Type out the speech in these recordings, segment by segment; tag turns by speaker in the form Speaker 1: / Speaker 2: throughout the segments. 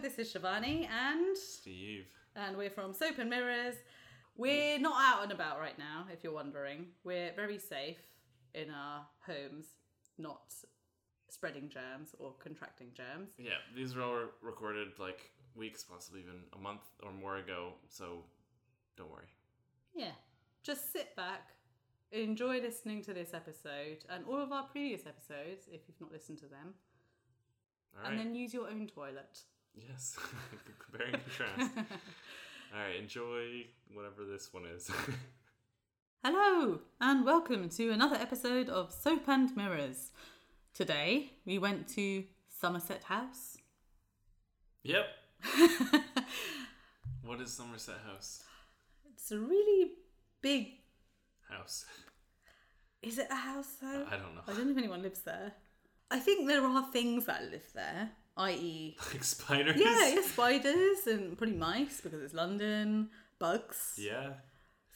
Speaker 1: This is Shivani and
Speaker 2: Steve.
Speaker 1: and we're from Soap and Mirrors. We're not out and about right now, if you're wondering. We're very safe in our homes, not spreading germs or contracting germs.
Speaker 2: Yeah, these were all recorded like weeks, possibly even a month or more ago, so don't worry.
Speaker 1: Yeah. Just sit back, enjoy listening to this episode and all of our previous episodes if you've not listened to them,
Speaker 2: All right.
Speaker 1: and then use your own toilet.
Speaker 2: yes, comparing contrast. all right, enjoy whatever this one is.
Speaker 1: Hello, and welcome to another episode of Soap and Mirrors. Today, we went to Somerset House.
Speaker 2: yep. what is Somerset House?
Speaker 1: It's a really big.
Speaker 2: House.
Speaker 1: Is it a house though?
Speaker 2: I don't know.
Speaker 1: I don't know if anyone lives there. I think there are things that live there, i.e.,
Speaker 2: Like spiders.
Speaker 1: yeah, yeah, spiders and probably mice because it's London, bugs.
Speaker 2: Yeah.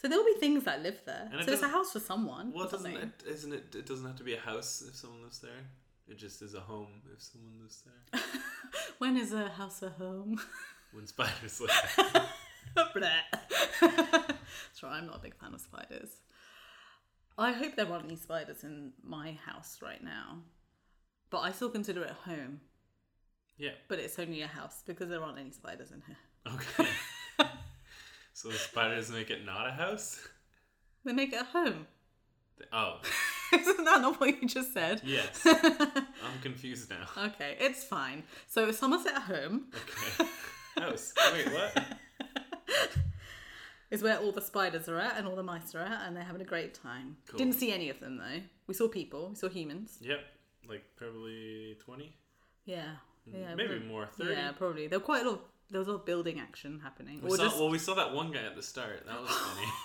Speaker 1: So there'll be things that live there.
Speaker 2: And it
Speaker 1: so it's a
Speaker 2: doesn't-
Speaker 1: house for someone.
Speaker 2: Well,
Speaker 1: or
Speaker 2: it doesn't
Speaker 1: something.
Speaker 2: it? Isn't it? It doesn't have to be a house if someone lives there. It just is a home if someone lives there.
Speaker 1: When is a house a home?
Speaker 2: When spiders live. there.
Speaker 1: Bleh. That's right, I'm not a big fan of spiders. I hope there aren't any spiders in my house right now. But I still consider it home.
Speaker 2: Yeah.
Speaker 1: But it's only a house because there aren't any spiders in here.
Speaker 2: Okay. so the spiders make it not a house?
Speaker 1: They make it a home.
Speaker 2: They- Oh,
Speaker 1: Isn't that not what you just said?
Speaker 2: yes. I'm confused now.
Speaker 1: Okay, it's fine. So Somerset Home
Speaker 2: Okay. House. Wait, what?
Speaker 1: is where all the spiders are at and all the mice are at, and they're having a great time.
Speaker 2: Cool.
Speaker 1: Didn't see any of them though. We saw people, we saw humans.
Speaker 2: Yep. Like probably 20?
Speaker 1: Yeah, yeah,
Speaker 2: Maybe
Speaker 1: prob-
Speaker 2: more, 30.
Speaker 1: Yeah, probably. There were quite a lot. Of, there was a lot of building action happening.
Speaker 2: We
Speaker 1: Or
Speaker 2: saw,
Speaker 1: just-
Speaker 2: Well, we saw that one guy at the start. That was funny.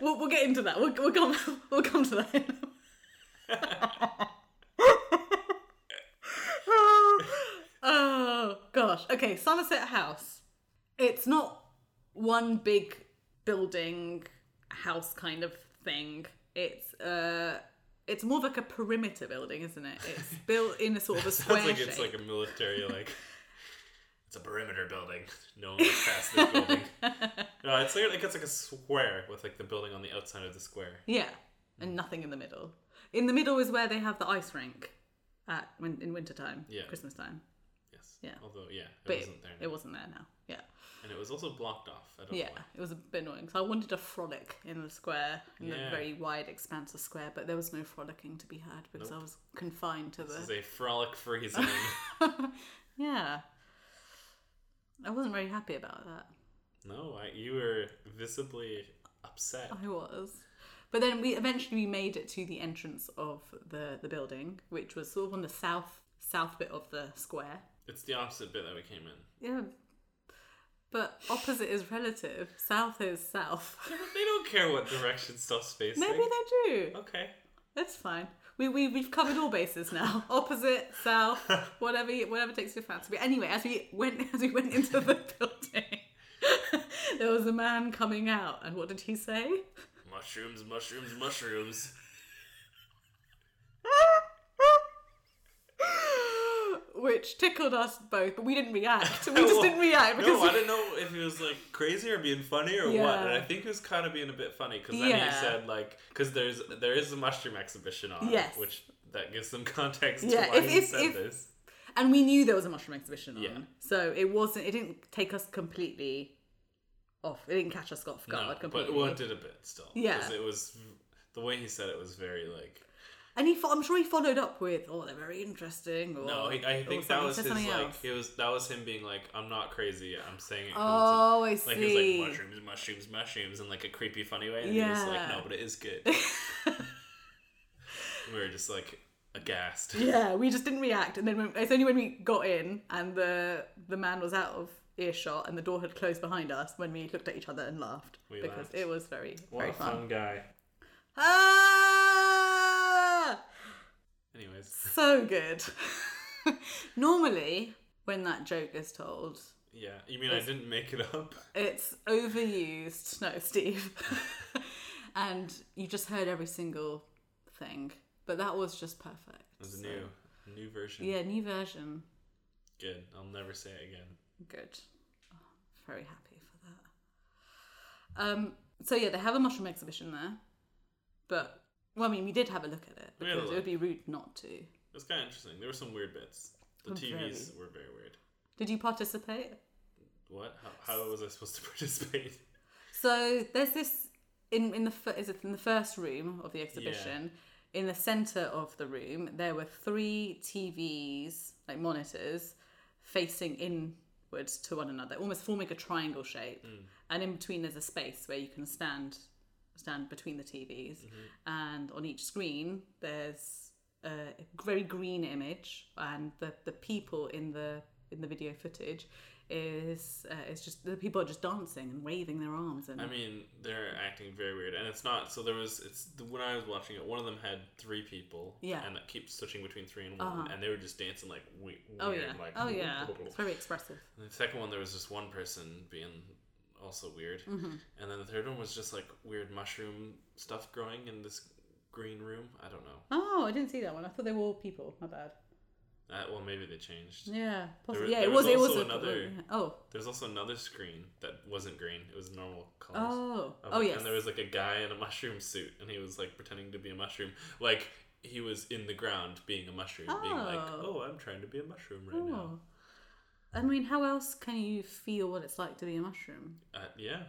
Speaker 1: We'll, we'll get into that. We'll, we'll come. We'll come to that. oh gosh. Okay, Somerset House. It's not one big building house kind of thing. It's uh it's more of like a perimeter building, isn't it? It's built in a sort of a
Speaker 2: Sounds
Speaker 1: square
Speaker 2: like
Speaker 1: shape.
Speaker 2: it's like a military, like. It's a perimeter building. No one gets past this building. No, it's like, like it's like a square with like the building on the outside of the square.
Speaker 1: Yeah, and nothing in the middle. In the middle is where they have the ice rink at when, in winter time,
Speaker 2: Yeah.
Speaker 1: Christmas time.
Speaker 2: Yes.
Speaker 1: Yeah.
Speaker 2: Although, yeah, it
Speaker 1: But
Speaker 2: wasn't there.
Speaker 1: It wasn't there now. Yeah.
Speaker 2: And it was also blocked off. I don't know
Speaker 1: Yeah,
Speaker 2: why.
Speaker 1: it was a bit annoying. So I wanted to frolic in the square, in the
Speaker 2: Yeah.
Speaker 1: very wide expanse of square, but there was no frolicking to be had because I was confined to
Speaker 2: This is
Speaker 1: the.
Speaker 2: a frolic free zone.
Speaker 1: Yeah. I wasn't very happy about that.
Speaker 2: no, I, you were visibly upset.
Speaker 1: I was. But then we eventually we made it to the entrance of the, the building, which was sort of on the south south bit of the square.
Speaker 2: It's the opposite bit that we came in.
Speaker 1: Yeah. But opposite is relative. South is south.
Speaker 2: They don't care what direction stuff's facing.
Speaker 1: Maybe they do.
Speaker 2: Okay.
Speaker 1: That's fine. We, we, we've covered all bases now. Opposite, south, whatever you, whatever takes your fancy. But anyway, as we went as we went into the building, there was a man coming out, and what did he say?
Speaker 2: Mushrooms, mushrooms, mushrooms.
Speaker 1: Which tickled us both, but we didn't react. We just didn't react because
Speaker 2: No, I didn't know if he was like crazy or being funny or what.
Speaker 1: Yeah.
Speaker 2: And I think he was kind of being a bit funny because then
Speaker 1: Yeah.
Speaker 2: he said like because there's there is a mushroom exhibition on,
Speaker 1: Yes.
Speaker 2: which that gives some context
Speaker 1: Yeah,
Speaker 2: to why
Speaker 1: if-
Speaker 2: he
Speaker 1: if-
Speaker 2: said
Speaker 1: if-
Speaker 2: this.
Speaker 1: and we knew there was a mushroom exhibition on
Speaker 2: Yeah.
Speaker 1: so it wasn't it didn't take us completely off it didn't catch us off guard
Speaker 2: No,
Speaker 1: completely
Speaker 2: but well, it did a bit still.
Speaker 1: Yeah.
Speaker 2: 'Cause it was the way he said it was very like
Speaker 1: and he fo- i'm sure he followed up with oh they're very interesting or,
Speaker 2: No, he, I
Speaker 1: or
Speaker 2: think that
Speaker 1: something-
Speaker 2: was
Speaker 1: said
Speaker 2: his
Speaker 1: something
Speaker 2: like.
Speaker 1: else.
Speaker 2: It was that was him being like, "I'm not crazy. I'm saying it." 'cause
Speaker 1: oh i
Speaker 2: it's
Speaker 1: see
Speaker 2: a-" like he was like mushrooms, mushrooms, mushrooms, in like a creepy, funny way, and he was like,
Speaker 1: Yeah.
Speaker 2: "No, but it is good." we were just like aghast.
Speaker 1: yeah we just didn't react and then when, it's only when we got in and the the man was out of earshot and the door had closed behind us when we looked at each other and laughed
Speaker 2: We
Speaker 1: because
Speaker 2: laughed.
Speaker 1: it was very
Speaker 2: What
Speaker 1: very
Speaker 2: a
Speaker 1: fun,
Speaker 2: fun guy.
Speaker 1: Ah!
Speaker 2: Anyways,
Speaker 1: so good. Normally, when that joke is told,
Speaker 2: yeah. You mean I didn't make it up?
Speaker 1: it's overused. No, Steve. and you just heard every single thing. But that was just perfect.
Speaker 2: It was
Speaker 1: So-
Speaker 2: a new, new version.
Speaker 1: Yeah, new version.
Speaker 2: Good. I'll never say it again.
Speaker 1: Good. Oh, very happy for that. Um, so yeah, they have a mushroom exhibition there, but well, I mean, we did have a look at it
Speaker 2: We had a
Speaker 1: because it would
Speaker 2: look.
Speaker 1: be rude not to.
Speaker 2: It was kind of interesting. There were some weird bits. The
Speaker 1: Oh,
Speaker 2: TVs were very weird.
Speaker 1: Did you participate?
Speaker 2: What? How, how was I supposed to participate?
Speaker 1: So there's this in in the fir- is it in the first room of the exhibition. In the center of the room, there were three TVs, like monitors, facing inwards to one another, almost forming a triangle shape. And in between, there's a space where you can stand stand between the TVs.
Speaker 2: Mm-hmm.
Speaker 1: And on each screen, there's a very green image, and the, the people in the in the video footage is uh, it's just the people are just dancing and waving their arms and
Speaker 2: I mean, they're acting very weird, and it's not. So there was. It's when I was watching it, one of them had three people.
Speaker 1: Yeah. Uh-huh.
Speaker 2: And that keeps switching between three and one, and they were just dancing like we- weird.
Speaker 1: oh yeah
Speaker 2: Like,
Speaker 1: oh yeah it's very expressive
Speaker 2: And the second one, there was just one person being also weird,
Speaker 1: Mm-hmm.
Speaker 2: and then the third one was just like weird mushroom stuff growing in this green room. I don't know.
Speaker 1: oh I didn't see that one I thought they were all people my bad
Speaker 2: Uh, well, maybe they changed.
Speaker 1: yeah
Speaker 2: There-
Speaker 1: possibly. yeah
Speaker 2: there
Speaker 1: it
Speaker 2: was
Speaker 1: was it was
Speaker 2: also
Speaker 1: a-
Speaker 2: another-
Speaker 1: oh
Speaker 2: There's also another screen that wasn't green. It was normal colors.
Speaker 1: oh
Speaker 2: Um,
Speaker 1: oh yes
Speaker 2: And there was like a guy in a mushroom suit, and he was like pretending to be a mushroom, like he was in the ground being a mushroom, being like,
Speaker 1: Oh.
Speaker 2: "Oh, I'm trying to be a mushroom right now."
Speaker 1: oh. I mean how else can you feel what it's like to be a mushroom
Speaker 2: Uh, yeah,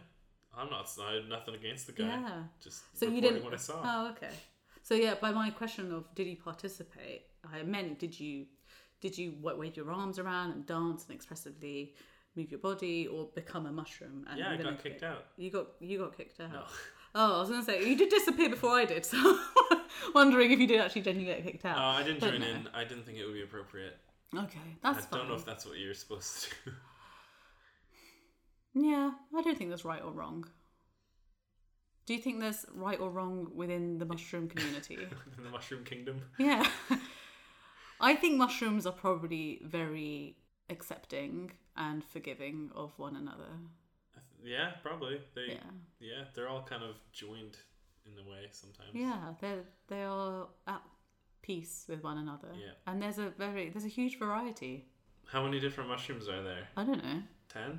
Speaker 2: I'm not. I had nothing against the guy.
Speaker 1: Yeah.
Speaker 2: Just
Speaker 1: So you
Speaker 2: reporting
Speaker 1: didn't.
Speaker 2: what I saw.
Speaker 1: Oh, okay. So yeah, by my question of did you participate, I meant did you did you wa- wave your arms around and dance and expressively move your body or become a mushroom? And
Speaker 2: yeah, I
Speaker 1: you're gonna
Speaker 2: got kicked
Speaker 1: get-
Speaker 2: out.
Speaker 1: You got you got kicked out.
Speaker 2: No.
Speaker 1: Oh, I was gonna say you did disappear before I did, so wondering if you did actually genuinely get kicked
Speaker 2: Uh,
Speaker 1: out.
Speaker 2: I didn't
Speaker 1: But
Speaker 2: join
Speaker 1: no.
Speaker 2: in. I didn't think it would be appropriate.
Speaker 1: Okay, that's
Speaker 2: I
Speaker 1: fine.
Speaker 2: don't know if that's what you're supposed to do.
Speaker 1: Yeah, I don't think that's right or wrong. Do you think there's right or wrong within the mushroom community?
Speaker 2: in the mushroom kingdom.
Speaker 1: Yeah. I think mushrooms are probably very accepting and forgiving of one another.
Speaker 2: Yeah, probably. They,
Speaker 1: Yeah.
Speaker 2: yeah. they're all kind of joined in a way sometimes.
Speaker 1: Yeah, they they are at peace with one another.
Speaker 2: Yeah.
Speaker 1: And there's a very there's a huge variety.
Speaker 2: How many different mushrooms are there?
Speaker 1: I don't know.
Speaker 2: Ten?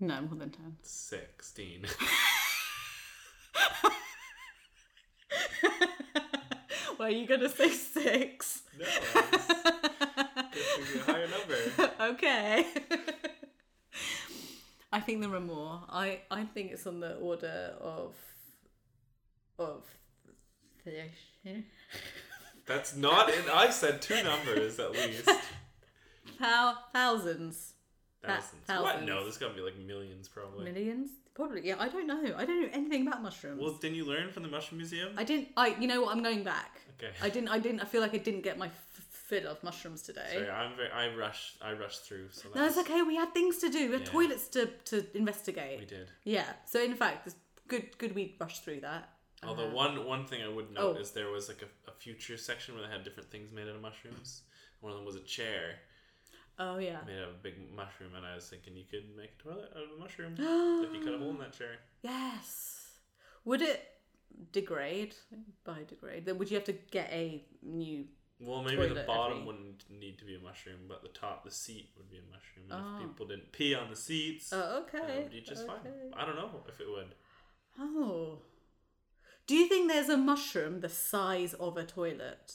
Speaker 1: No, more than 10.
Speaker 2: 16.
Speaker 1: Well, you going to say 6.
Speaker 2: no, I was guessing a higher number.
Speaker 1: okay. I think there are more. I, I think it's on the order of of
Speaker 2: That's not it. I've said two numbers at least.
Speaker 1: Thou- thousands. That-
Speaker 2: Thousands. What?
Speaker 1: thousands.
Speaker 2: No, there's got to be like millions probably.
Speaker 1: Millions? Probably. Yeah, I don't know. I don't know anything about mushrooms.
Speaker 2: Well, didn't you learn from the Mushroom Museum?
Speaker 1: I didn't. I. You know what? I'm going back.
Speaker 2: Okay.
Speaker 1: I didn't. I didn't. I feel like I didn't get my f- fill of mushrooms today.
Speaker 2: Sorry, I'm very, I rushed. I rushed through. So
Speaker 1: No, it's
Speaker 2: that's-
Speaker 1: okay. We had things to do. We had
Speaker 2: Yeah.
Speaker 1: toilets to to investigate.
Speaker 2: We did.
Speaker 1: Yeah. So in fact, it's good. Good. We rushed through that.
Speaker 2: Although one one thing I would note
Speaker 1: Uh-huh. Oh.
Speaker 2: is there was like a, a future section where they had different things made out of mushrooms. One of them was a chair
Speaker 1: Oh yeah.
Speaker 2: made out of a big mushroom, and I was thinking you could make a toilet out of a mushroom if you cut a hole in that chair.
Speaker 1: Yes. Would it degrade? Biodegrade. Then would you have to get a new?
Speaker 2: Well, maybe the
Speaker 1: Toilet
Speaker 2: bottom
Speaker 1: every-
Speaker 2: wouldn't need to be a mushroom, but the top, the seat, would be a mushroom.
Speaker 1: Oh.
Speaker 2: And If people didn't pee on the seats,
Speaker 1: Oh
Speaker 2: then
Speaker 1: okay.
Speaker 2: it would be just fine.
Speaker 1: okay.
Speaker 2: I don't know if it would.
Speaker 1: Oh. Do you think there's a mushroom the size of a toilet?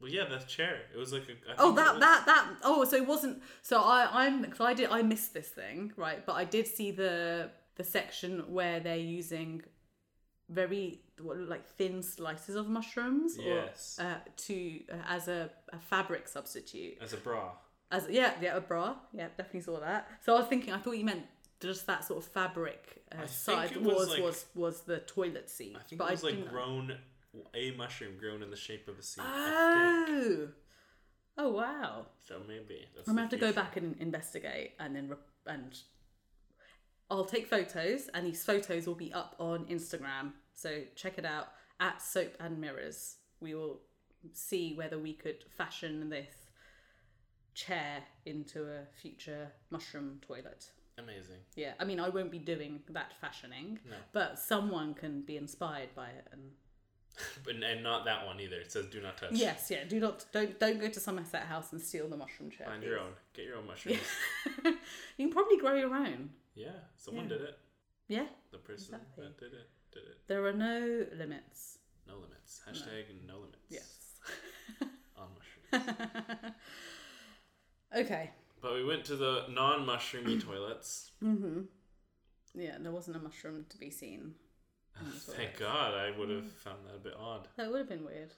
Speaker 2: Well, yeah, the chair. It was like a. I
Speaker 1: Oh,
Speaker 2: think it
Speaker 1: that
Speaker 2: was-
Speaker 1: that that. Oh, so it wasn't. So I I'm because I did I missed this thing right, but I did see the the section where they're using very what look like thin slices of mushrooms
Speaker 2: Yes.
Speaker 1: or, uh, to uh, as a, a fabric substitute
Speaker 2: As a bra.
Speaker 1: as yeah yeah a bra yeah definitely saw that so I was thinking I thought you meant just that sort of fabric uh,
Speaker 2: think
Speaker 1: size
Speaker 2: it
Speaker 1: was
Speaker 2: was
Speaker 1: was,
Speaker 2: like-
Speaker 1: was the toilet seat
Speaker 2: I think
Speaker 1: but
Speaker 2: it was
Speaker 1: I
Speaker 2: like
Speaker 1: didn't-
Speaker 2: grown, a mushroom grown in the shape of a seat. I think.
Speaker 1: oh oh wow
Speaker 2: So maybe. That's
Speaker 1: I'm gonna
Speaker 2: the
Speaker 1: have to go
Speaker 2: future.
Speaker 1: back and investigate, and then re- and I'll take photos, and these photos will be up on Instagram. So check it out at Soap and Mirrors. We will see whether we could fashion this chair into a future mushroom toilet.
Speaker 2: Amazing.
Speaker 1: Yeah, I mean, I won't be doing that fashioning,
Speaker 2: No.
Speaker 1: but someone can be inspired by it and
Speaker 2: and, and not that one either. It says do not touch.
Speaker 1: Yes, yeah. Do not don't don't go to Somerset House and steal the mushroom chair.
Speaker 2: Find your own. Get your own mushrooms.
Speaker 1: you can probably grow your own.
Speaker 2: yeah. Someone
Speaker 1: Yeah.
Speaker 2: did it.
Speaker 1: Yeah.
Speaker 2: The person
Speaker 1: Exactly.
Speaker 2: that did it did it.
Speaker 1: There are no limits.
Speaker 2: No limits. Hashtag no, limits.
Speaker 1: Yes.
Speaker 2: On mushrooms.
Speaker 1: okay.
Speaker 2: but we went to the non mushroomy toilets.
Speaker 1: mm-hmm. Yeah, there wasn't a mushroom to be seen.
Speaker 2: Thank God. I would
Speaker 1: Mm.
Speaker 2: have found that a bit odd.
Speaker 1: That would have been weird.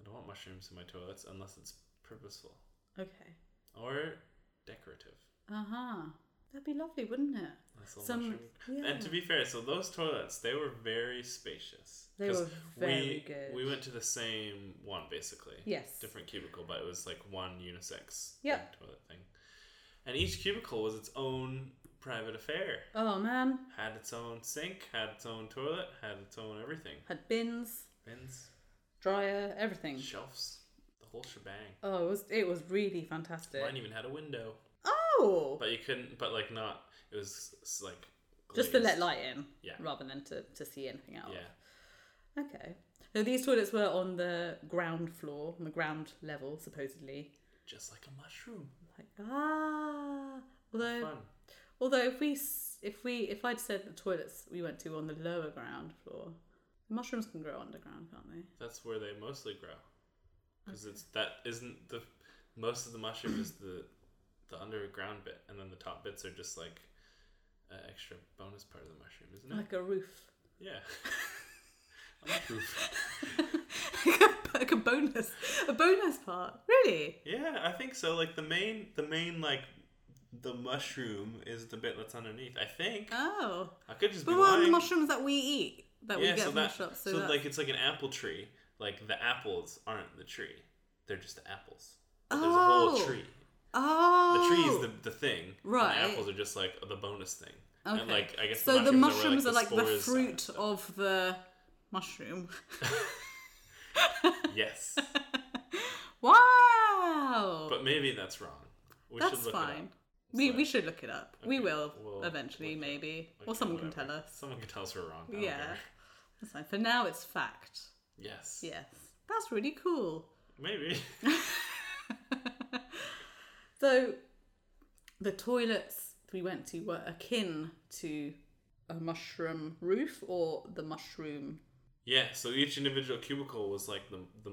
Speaker 2: I don't want mushrooms in my toilets unless it's purposeful
Speaker 1: Okay.
Speaker 2: or decorative.
Speaker 1: Uh huh. That'd be lovely, wouldn't it?
Speaker 2: Nice little
Speaker 1: Some-
Speaker 2: mushroom.
Speaker 1: yeah.
Speaker 2: And to be fair, so those toilets, they were very spacious.
Speaker 1: They
Speaker 2: 'Cause
Speaker 1: were very
Speaker 2: we,
Speaker 1: good.
Speaker 2: We went to the same one, basically.
Speaker 1: Yes.
Speaker 2: Different cubicle, but it was like one unisex
Speaker 1: Yep.
Speaker 2: big toilet thing. And each cubicle was its own private affair.
Speaker 1: Oh man,
Speaker 2: Had its own sink, had its own toilet, had its own everything.
Speaker 1: had bins,
Speaker 2: Bins,
Speaker 1: dryer, everything.
Speaker 2: shelves, the whole shebang.
Speaker 1: Oh, it was it was really fantastic.
Speaker 2: Mine even had a window.
Speaker 1: Oh,
Speaker 2: But you couldn't, but like not, it was s- like.
Speaker 1: just to
Speaker 2: glazed.
Speaker 1: let light in,
Speaker 2: Yeah.
Speaker 1: rather than to to see anything out.
Speaker 2: Yeah.
Speaker 1: Okay. So these toilets were on the ground floor, on the ground level, supposedly.
Speaker 2: Just like a mushroom.
Speaker 1: Like ah, although
Speaker 2: Fun.
Speaker 1: although if we s- if we if I'd said the toilets we went to were on the lower ground floor, mushrooms can grow underground, can't they?
Speaker 2: That's where they mostly grow, because it's that isn't the most of the mushroom is the the underground bit, and then the top bits are just like an extra bonus part of the mushroom, isn't it?
Speaker 1: Like a roof.
Speaker 2: yeah. On the roof.
Speaker 1: like a bonus, a bonus part. Really?
Speaker 2: Yeah, I think so. Like the main, the main like the mushroom is the bit that's underneath. I think
Speaker 1: Oh,
Speaker 2: I could just be
Speaker 1: but what are the
Speaker 2: lying.
Speaker 1: mushrooms that we eat that we
Speaker 2: yeah,
Speaker 1: get
Speaker 2: so
Speaker 1: from
Speaker 2: that
Speaker 1: the shop? So,
Speaker 2: so
Speaker 1: that,
Speaker 2: like it's like an apple tree. Like the apples aren't the tree; they're just the apples. But There's
Speaker 1: Oh.
Speaker 2: a whole tree. The
Speaker 1: oh,
Speaker 2: tree is the, the thing. and
Speaker 1: Right.
Speaker 2: the apples are just like the bonus thing.
Speaker 1: okay.
Speaker 2: And like I guess
Speaker 1: so the mushrooms are
Speaker 2: where,
Speaker 1: like the
Speaker 2: spores are.
Speaker 1: fruit of the mushroom.
Speaker 2: Yes.
Speaker 1: wow,
Speaker 2: But maybe that's wrong. We
Speaker 1: that's
Speaker 2: should look It
Speaker 1: fine.
Speaker 2: up.
Speaker 1: We
Speaker 2: So-
Speaker 1: we should look it up. We
Speaker 2: Okay,
Speaker 1: will
Speaker 2: we'll
Speaker 1: eventually,
Speaker 2: look it up.
Speaker 1: maybe,
Speaker 2: Okay,
Speaker 1: or someone can
Speaker 2: whatever.
Speaker 1: tell us.
Speaker 2: Someone can tell us we're wrong. I don't
Speaker 1: Yeah.
Speaker 2: care.
Speaker 1: That's fine. For now, it's fact.
Speaker 2: Yes.
Speaker 1: Yes, that's really cool.
Speaker 2: Maybe.
Speaker 1: So the toilets we went to were akin to a mushroom roof or the mushroom.
Speaker 2: Yeah. So each individual cubicle was like the the,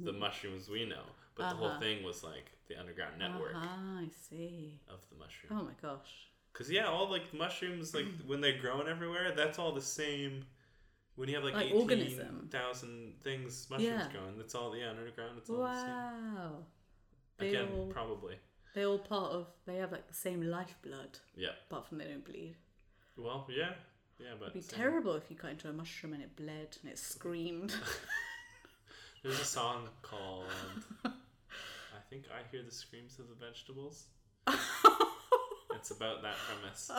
Speaker 1: Mm.
Speaker 2: the mushrooms we know, but the
Speaker 1: Uh-huh.
Speaker 2: whole thing was like the underground network
Speaker 1: Ah, I see.
Speaker 2: of the mushroom.
Speaker 1: Oh my gosh.
Speaker 2: Cause yeah, all like mushrooms, like when they're growing everywhere, that's all the same. When you have like,
Speaker 1: Like
Speaker 2: eighteen
Speaker 1: organism.
Speaker 2: thousand things mushrooms
Speaker 1: Yeah.
Speaker 2: growing, that's all yeah underground. It's all
Speaker 1: Wow.
Speaker 2: the same. Again,
Speaker 1: They all-
Speaker 2: probably
Speaker 1: They're all part of, they have like the same lifeblood,
Speaker 2: yeah.
Speaker 1: apart from they don't bleed.
Speaker 2: Well, yeah, yeah, but
Speaker 1: It'd be
Speaker 2: same.
Speaker 1: terrible if you got into a mushroom and it bled and it screamed.
Speaker 2: there's a song called um, I think I hear the screams of the vegetables. it's about that premise.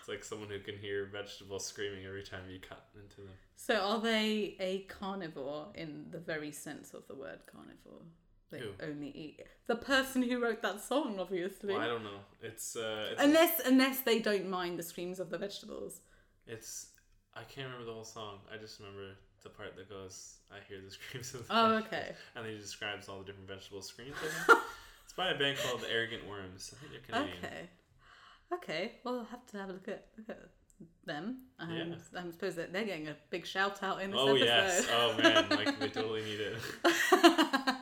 Speaker 2: It's like someone who can hear vegetables screaming every time you cut into them.
Speaker 1: so are they a carnivore in the very sense of the word carnivore? They
Speaker 2: Who?
Speaker 1: only eat. The person who wrote that song, obviously.
Speaker 2: Well, I don't know. It's uh, it's
Speaker 1: Unless unless they don't mind the screams of the vegetables.
Speaker 2: It's I can't remember the whole song. I just remember the part that goes, "I hear the screams of the
Speaker 1: Oh,
Speaker 2: vegetables,"
Speaker 1: okay.
Speaker 2: and then he describes all the different vegetable screams. I think. it's by a band called the Arrogant Worms. I think they're Canadian.
Speaker 1: Okay. Okay. Well, I'll have to have a look at look at them. Um, I suppose that they're getting a big shout out in this
Speaker 2: Oh
Speaker 1: episode.
Speaker 2: yes. Oh man, like they totally need it.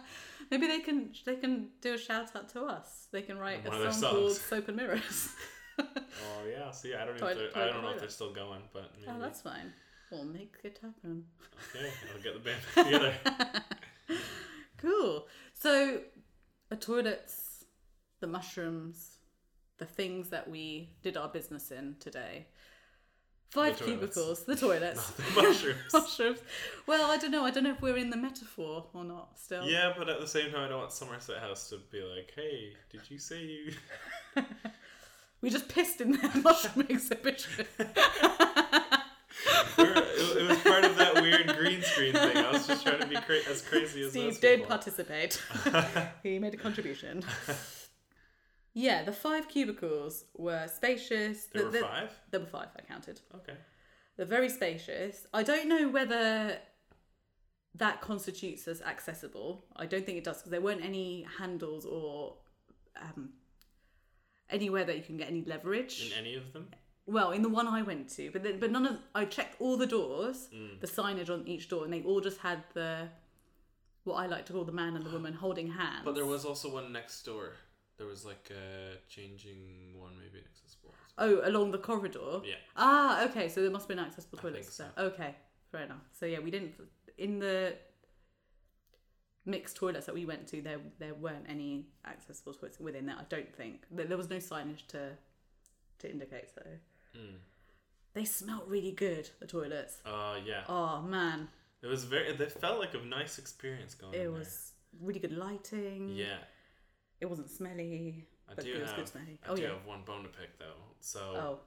Speaker 1: Maybe they can they can do a shout out to us. They can write
Speaker 2: One of their
Speaker 1: a song called
Speaker 2: songs.
Speaker 1: "Soap and Mirrors."
Speaker 2: Oh yeah. See, I don't even.
Speaker 1: Toilet-
Speaker 2: I don't know
Speaker 1: toilet.
Speaker 2: if they're still going, but maybe.
Speaker 1: oh, that's fine. We'll make it happen.
Speaker 2: okay. I'll get the band back together.
Speaker 1: Cool. So, the toilets, the mushrooms, the things that we did our business in today. Five
Speaker 2: The toilets.
Speaker 1: cubicles, the toilets,
Speaker 2: The mushrooms.
Speaker 1: mushrooms. Well, I don't know. I don't know if we're in the metaphor or not still.
Speaker 2: Yeah, but at the same time, I don't want Somerset House to be like, "Hey, did you say you?"
Speaker 1: We just pissed in their mushroom exhibition.
Speaker 2: We're- it, it was part of that weird green screen thing. I was just trying to be cra- as crazy as those
Speaker 1: Steve did
Speaker 2: people.
Speaker 1: participate. he made a contribution. yeah, the five cubicles were spacious.
Speaker 2: There
Speaker 1: The-
Speaker 2: were
Speaker 1: the-
Speaker 2: five.
Speaker 1: There were five, I counted.
Speaker 2: Okay.
Speaker 1: They're very spacious. I don't know whether that constitutes as accessible. I don't think it does because there weren't any handles or um, anywhere that you can get any leverage.
Speaker 2: In any of them?
Speaker 1: Well, in the one I went to, but then, but none of I checked all the doors,
Speaker 2: Mm.
Speaker 1: the signage on each door, and they all just had the what I like to call the man and the woman holding hands.
Speaker 2: But there was also one next door. There was like a changing one, maybe inaccessible.
Speaker 1: oh along the corridor.
Speaker 2: Yeah.
Speaker 1: Ah, okay. So there must be an accessible
Speaker 2: I
Speaker 1: toilet.
Speaker 2: think so.
Speaker 1: set. Okay, fair enough. So yeah, we didn't in the mixed toilets that we went to. There there weren't any accessible toilets within there. I don't think there, there was no signage to to indicate so.
Speaker 2: Mm.
Speaker 1: They smelt really good. The toilets.
Speaker 2: Uh, yeah.
Speaker 1: Oh man,
Speaker 2: It was very. It felt like a nice experience going.
Speaker 1: it
Speaker 2: in
Speaker 1: was really good lighting.
Speaker 2: There. Oh, Yeah,
Speaker 1: It wasn't smelly.
Speaker 2: I
Speaker 1: But
Speaker 2: do
Speaker 1: it was
Speaker 2: have.
Speaker 1: good smelly.
Speaker 2: I
Speaker 1: Oh,
Speaker 2: do
Speaker 1: yeah.
Speaker 2: have one bone to pick though. So
Speaker 1: Oh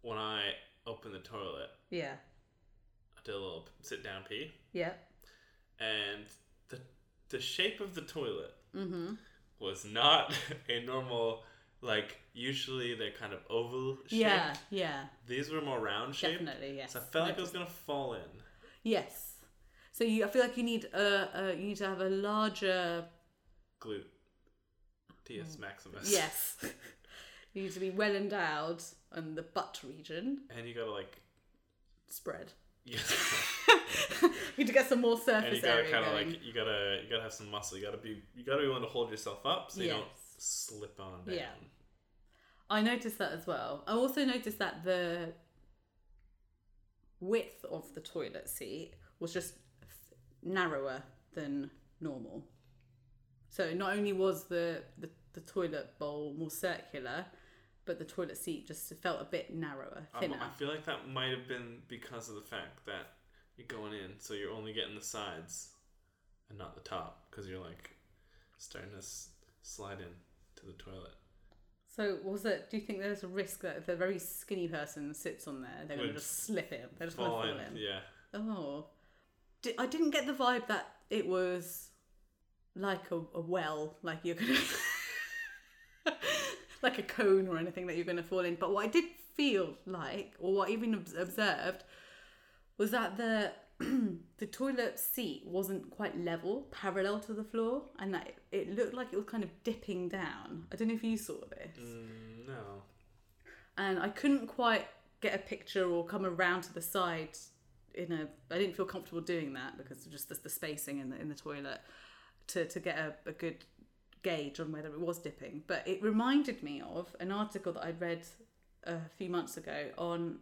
Speaker 2: when I opened the toilet,
Speaker 1: yeah,
Speaker 2: I did a little sit down pee,
Speaker 1: yeah.
Speaker 2: and the the shape of the toilet
Speaker 1: Mm-hmm.
Speaker 2: was not a normal. Like usually they're kind of oval shaped.
Speaker 1: Yeah, yeah.
Speaker 2: These were more round shaped.
Speaker 1: Definitely yes.
Speaker 2: So I felt like I
Speaker 1: Noticed.
Speaker 2: was gonna fall in.
Speaker 1: Yes. So you, I feel like you need a, a you need to have a larger
Speaker 2: Glute.
Speaker 1: Mm.
Speaker 2: Ts maximus.
Speaker 1: yes. you need to be well endowed on the butt region
Speaker 2: And you gotta like.
Speaker 1: spread.
Speaker 2: You
Speaker 1: you need to get some more surface
Speaker 2: and you gotta
Speaker 1: area
Speaker 2: kind of
Speaker 1: going.
Speaker 2: like you gotta you gotta have some muscle. You gotta be you gotta be willing to hold yourself up so you don't
Speaker 1: Yes.
Speaker 2: slip on down.
Speaker 1: Yeah. I noticed that as well. I also noticed that the width of the toilet seat was just narrower than normal. So not only was the, the, the toilet bowl more circular, but the toilet seat just felt a bit narrower,
Speaker 2: Um,
Speaker 1: thinner.
Speaker 2: I feel like that might have been because of the fact that you're going in, so you're only getting the sides and not the top because you're like starting to s- slide in to the toilet.
Speaker 1: so was it? Do you think there's a risk that if a very skinny person sits on there, they're going to
Speaker 2: Would
Speaker 1: just slip in? They're just going to fall in.
Speaker 2: yeah.
Speaker 1: Oh. Di- I didn't get the vibe that it was like a, a well, like you're going to. like a cone or anything that you're going to fall in. But what I did feel like, or what I even obs- observed, was that the. the toilet seat wasn't quite level, parallel to the floor, and that it, it looked like it was kind of dipping down. I don't know if you saw this
Speaker 2: Mm, no.
Speaker 1: and I couldn't quite get a picture or come around to the side in a I didn't feel comfortable doing that because of just the, the spacing in the in the toilet to to get a, a good gauge on whether it was dipping but it reminded me of an article that I read a few months ago on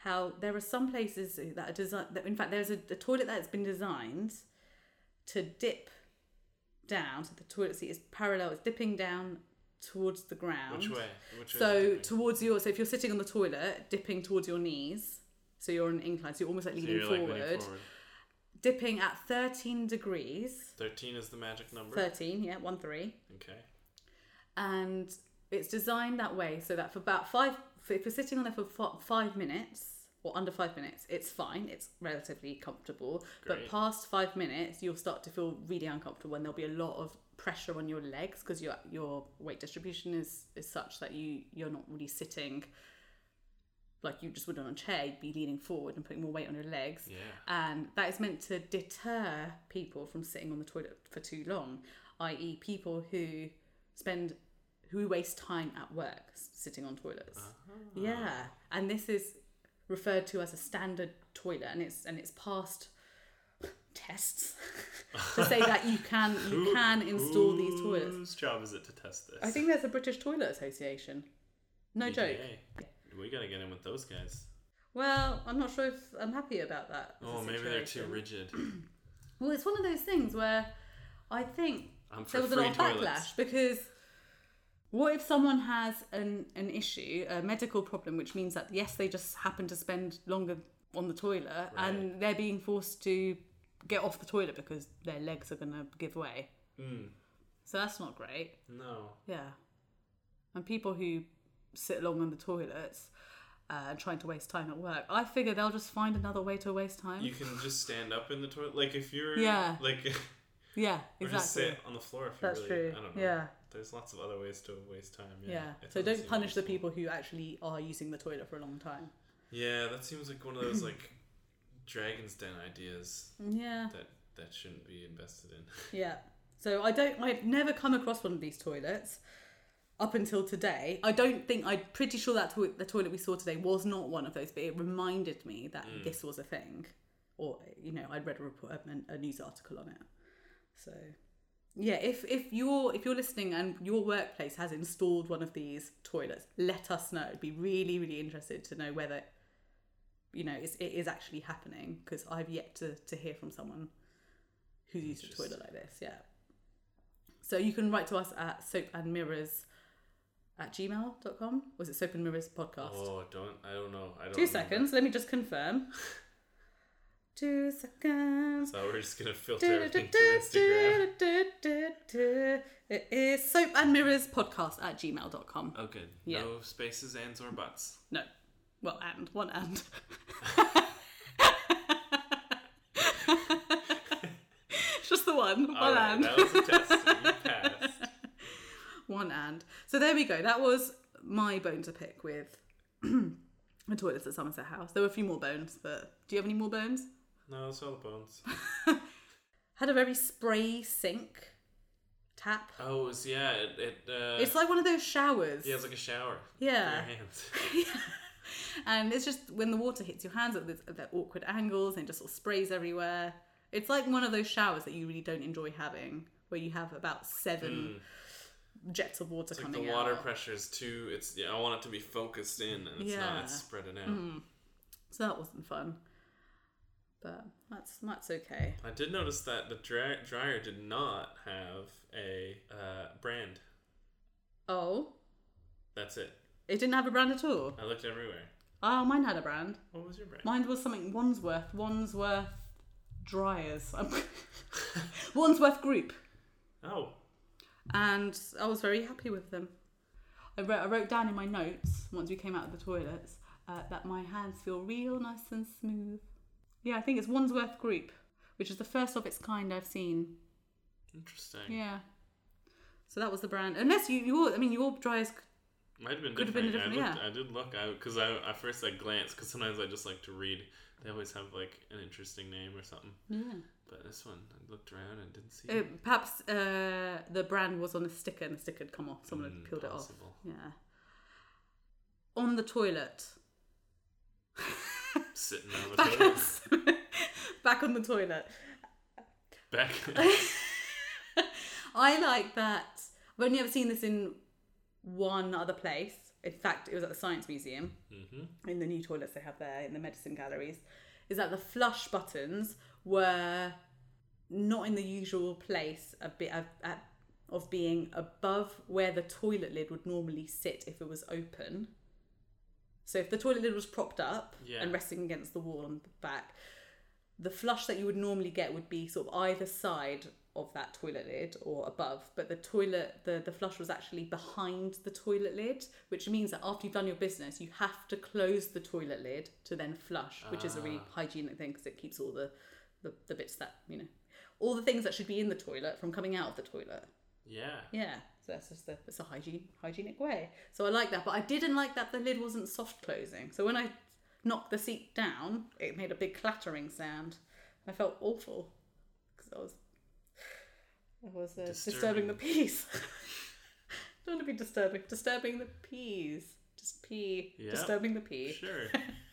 Speaker 1: how there are some places that are designed that in fact there's a, a toilet that's been designed to dip down so the toilet seat is parallel it's dipping down towards the ground
Speaker 2: Which way? Which way? is it
Speaker 1: so
Speaker 2: dipping?
Speaker 1: towards your, so if you're sitting on the toilet, dipping towards your knees, so you're on an incline, so you're almost like
Speaker 2: So
Speaker 1: leaning
Speaker 2: you're, like,
Speaker 1: forward,
Speaker 2: leaning forward.
Speaker 1: dipping at 13 degrees,
Speaker 2: Thirteen is the magic number.
Speaker 1: 13, yeah, one three,
Speaker 2: Okay.
Speaker 1: and it's designed that way so that for about five, if you're sitting on there for fi- five minutes or under five minutes, it's fine, it's relatively comfortable, but
Speaker 2: Great.
Speaker 1: past five minutes, you'll start to feel really uncomfortable, and there'll be a lot of pressure on your legs because your your weight distribution is is such that you you're not really sitting like you just would on a chair, you'd be leaning forward and putting more weight on your legs.
Speaker 2: Yeah.
Speaker 1: And um, that is meant to deter people from sitting on the toilet for too long, i.e., people who spend who waste time at work s- sitting on toilets.
Speaker 2: Ah.
Speaker 1: Yeah, and this is referred to as a standard toilet, and it's and it's passed tests to say that you can you
Speaker 2: Who-
Speaker 1: can install these
Speaker 2: whose
Speaker 1: toilets.
Speaker 2: job is it to test this?
Speaker 1: I think there's a British Toilet Association. No joke.
Speaker 2: PGA. We gotta get in with those guys.
Speaker 1: Well, I'm not sure if I'm happy about that. as a
Speaker 2: Oh, maybe they're too
Speaker 1: situation.
Speaker 2: rigid.
Speaker 1: Well, it's one of those things where I think
Speaker 2: I'm for
Speaker 1: there was a
Speaker 2: free
Speaker 1: lot of
Speaker 2: toilets.
Speaker 1: backlash because what if someone has an, an issue, a medical problem, which means that yes, they just happen to spend longer on the toilet and they're being forced to get off the toilet because their legs are going to give way.
Speaker 2: Mm,
Speaker 1: So that's not great.
Speaker 2: no.
Speaker 1: Yeah. And people who sit long on the toilets uh, and trying to waste time at work, I figure they'll just find another way to waste time.
Speaker 2: You can just stand up in the toilet. Like if you're
Speaker 1: Yeah.
Speaker 2: like
Speaker 1: yeah,
Speaker 2: or just
Speaker 1: exactly.
Speaker 2: sit on the floor if you
Speaker 1: That's
Speaker 2: really
Speaker 1: true.
Speaker 2: I don't know.
Speaker 1: Yeah.
Speaker 2: There's lots of other ways to waste time. Yeah.
Speaker 1: Yeah.
Speaker 2: It
Speaker 1: So
Speaker 2: doesn't
Speaker 1: don't
Speaker 2: seem
Speaker 1: punish the
Speaker 2: useful.
Speaker 1: people who actually are using the toilet for a long time.
Speaker 2: Yeah, that seems like one of those like Dragon's Den ideas
Speaker 1: Mm, Yeah.
Speaker 2: that that shouldn't be invested in.
Speaker 1: Yeah. So I don't. I've never come across one of these toilets up until today. I don't think. I'm pretty sure that to- the toilet we saw today was not one of those, but it reminded me that this was a thing, or you know, I'd read a report, um, a, a news article on it. So yeah, if if you're if you're listening and your workplace has installed one of these toilets, let us know. I'd be really really interested to know whether you know it's, it is actually happening because I've yet to to hear from someone who's used a toilet like this. Yeah. So you can write to us at soapandmirrors at gmail.com. Was it soap and mirrors podcast?
Speaker 2: Oh, don't I don't know. I don't.
Speaker 1: Two
Speaker 2: remember.
Speaker 1: seconds. Let me just confirm. Two seconds.
Speaker 2: So we're just gonna filter everything to Instagram.
Speaker 1: It is soap and mirrors podcast at gmail.com.
Speaker 2: Oh, good.
Speaker 1: Yeah.
Speaker 2: No spaces, ands, or buts.
Speaker 1: No. Well, and. One and. It's Just the one. One
Speaker 2: All right,
Speaker 1: and.
Speaker 2: that was a test. You passed.
Speaker 1: One and. So there we go. That was my bone to pick with the toilets at Somerset House. There were a few more bones, but do you have any more bones?
Speaker 2: No, it's all the bones.
Speaker 1: Had a very spray sink tap.
Speaker 2: Oh, it was, yeah. It. it uh,
Speaker 1: It's like one of those showers.
Speaker 2: yeah, it's like a shower.
Speaker 1: Yeah.
Speaker 2: For your hands.
Speaker 1: And it's just when the water hits your hands at, this, at that awkward angles and it just sort of sprays everywhere. It's like one of those showers that you really don't enjoy having, where you have about seven jets of water
Speaker 2: Hmm. It's like
Speaker 1: coming
Speaker 2: the water
Speaker 1: out.
Speaker 2: pressure is too. It's. Yeah, I want it to be focused in, and it's
Speaker 1: Yeah. Mm-hmm.
Speaker 2: not. It's spreading out.
Speaker 1: so that wasn't fun. But that's that's okay.
Speaker 2: I did notice that the dry- dryer did not have a uh, brand.
Speaker 1: Oh,
Speaker 2: That's it.
Speaker 1: it didn't have a brand at all.
Speaker 2: I looked everywhere.
Speaker 1: Oh, mine had a brand.
Speaker 2: What was your brand?
Speaker 1: Mine was something Wandsworth, Wandsworth Dryers, Wandsworth Group,
Speaker 2: oh,
Speaker 1: and I was very happy with them. I wrote, I wrote down in my notes once we came out of the toilets uh, that my hands feel real nice and smooth. Yeah, I think it's Wandsworth Group, which is the first of its kind I've seen.
Speaker 2: interesting.
Speaker 1: Yeah. So that was the brand. Unless you, your, I mean, your dryers. c-
Speaker 2: Might have been
Speaker 1: Could have
Speaker 2: different.
Speaker 1: been
Speaker 2: I,
Speaker 1: different,
Speaker 2: looked, I did look out because I at first I glanced because sometimes I just like to read. They always have like an interesting name or something.
Speaker 1: Yeah.
Speaker 2: But this one, I looked around and didn't see.
Speaker 1: Uh, perhaps uh, the brand was on a sticker and the sticker had come off. Someone
Speaker 2: Mm,
Speaker 1: had peeled it off.
Speaker 2: Hmm, Possible.
Speaker 1: Yeah. On the toilet.
Speaker 2: Sitting on the
Speaker 1: Back,
Speaker 2: toilet.
Speaker 1: back on the toilet.
Speaker 2: Back.
Speaker 1: I like that. I've only ever seen this in one other place. In fact, it was at the Science Museum
Speaker 2: mm-hmm.
Speaker 1: in the new toilets they have there in the medicine galleries. Is that the flush buttons were not in the usual place a bit of, at, of being above where the toilet lid would normally sit if it was open. So if the toilet lid was propped up
Speaker 2: Yeah.
Speaker 1: and resting against the wall on the back, the flush that you would normally get would be sort of either side of that toilet lid or above but the toilet the the flush was actually behind the toilet lid which means that after you've done your business you have to close the toilet lid to then flush which is a really hygienic thing because it keeps all the, the the bits that you know all the things that should be in the toilet from coming out of the toilet
Speaker 2: Yeah.
Speaker 1: yeah so that's just the it's a hygiene hygienic way so i like that but i didn't like that the lid wasn't soft closing so when i knocked the seat down it made a big clattering sound i felt awful because i was i was uh, disturbing
Speaker 2: Disturbing.
Speaker 1: the peace don't want to be disturbing disturbing the peas just pee
Speaker 2: Yeah.
Speaker 1: disturbing the pee
Speaker 2: Sure.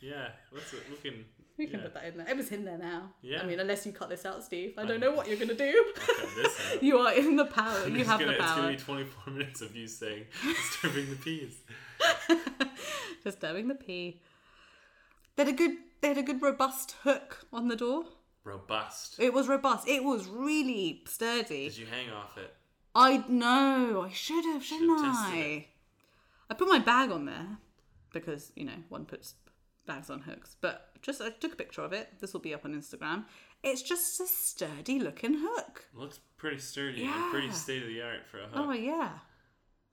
Speaker 2: Yeah. Let's we can.
Speaker 1: we can
Speaker 2: yeah.
Speaker 1: put that in there it was in there now
Speaker 2: Yeah.
Speaker 1: i mean unless you cut this out steve i don't know what you're gonna do
Speaker 2: Cut this out.
Speaker 1: you are in the power you
Speaker 2: It's
Speaker 1: have
Speaker 2: gonna,
Speaker 1: the power
Speaker 2: It's gonna be 24 minutes of you saying disturbing the peas.
Speaker 1: disturbing the pee. They had a good they had a good robust hook on the door.
Speaker 2: Robust.
Speaker 1: It was robust. It was really sturdy.
Speaker 2: Did you hang off it?
Speaker 1: I know. I should have, shouldn't
Speaker 2: Should've tested
Speaker 1: I? I put my bag on there because you know one puts bags on hooks. But just I took a picture of it. This will be up on Instagram. It's just a sturdy looking hook.
Speaker 2: Looks pretty sturdy and pretty
Speaker 1: Yeah.
Speaker 2: state of the art for a hook.
Speaker 1: Oh yeah,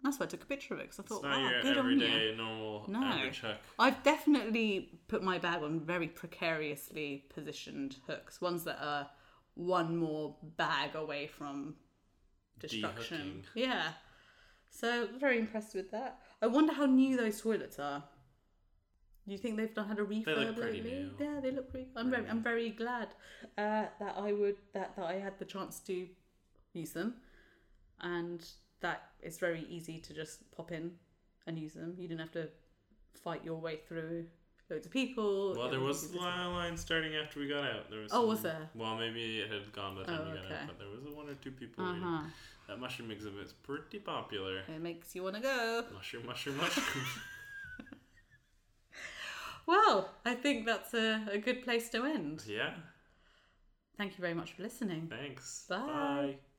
Speaker 1: that's why I took a picture of it because I
Speaker 2: it's
Speaker 1: thought,
Speaker 2: not
Speaker 1: wow,
Speaker 2: your
Speaker 1: good on you.
Speaker 2: everyday normal
Speaker 1: No.
Speaker 2: average hook.
Speaker 1: I've definitely put my bag on very precariously positioned hooks, ones that are one more bag away from destruction.
Speaker 2: Dehooking.
Speaker 1: Yeah. So very impressed with that. I wonder how new those toilets are. Do you think they've done had a refurb
Speaker 2: look pretty
Speaker 1: lately?
Speaker 2: new.
Speaker 1: Yeah, they look pretty. I'm very, I'm very glad uh, that I would that that I had the chance to use them, and that it's very easy to just pop in and use them. You didn't have to fight your way through loads of people.
Speaker 2: Well,
Speaker 1: Yeah,
Speaker 2: there
Speaker 1: you
Speaker 2: was
Speaker 1: could
Speaker 2: a
Speaker 1: just-
Speaker 2: line starting after we got out. There was
Speaker 1: Oh,
Speaker 2: some-
Speaker 1: was there?
Speaker 2: Well, maybe it had gone by the time
Speaker 1: Oh,
Speaker 2: we got
Speaker 1: okay.
Speaker 2: out, but there was one or two people. waiting.
Speaker 1: Uh-huh.
Speaker 2: That mushroom exhibit's pretty popular.
Speaker 1: It makes you want to go.
Speaker 2: Mushroom, mushroom, mushroom.
Speaker 1: Well, I think that's a, a good place to end.
Speaker 2: yeah.
Speaker 1: Thank you very much for listening.
Speaker 2: Thanks.
Speaker 1: Bye.
Speaker 2: Bye.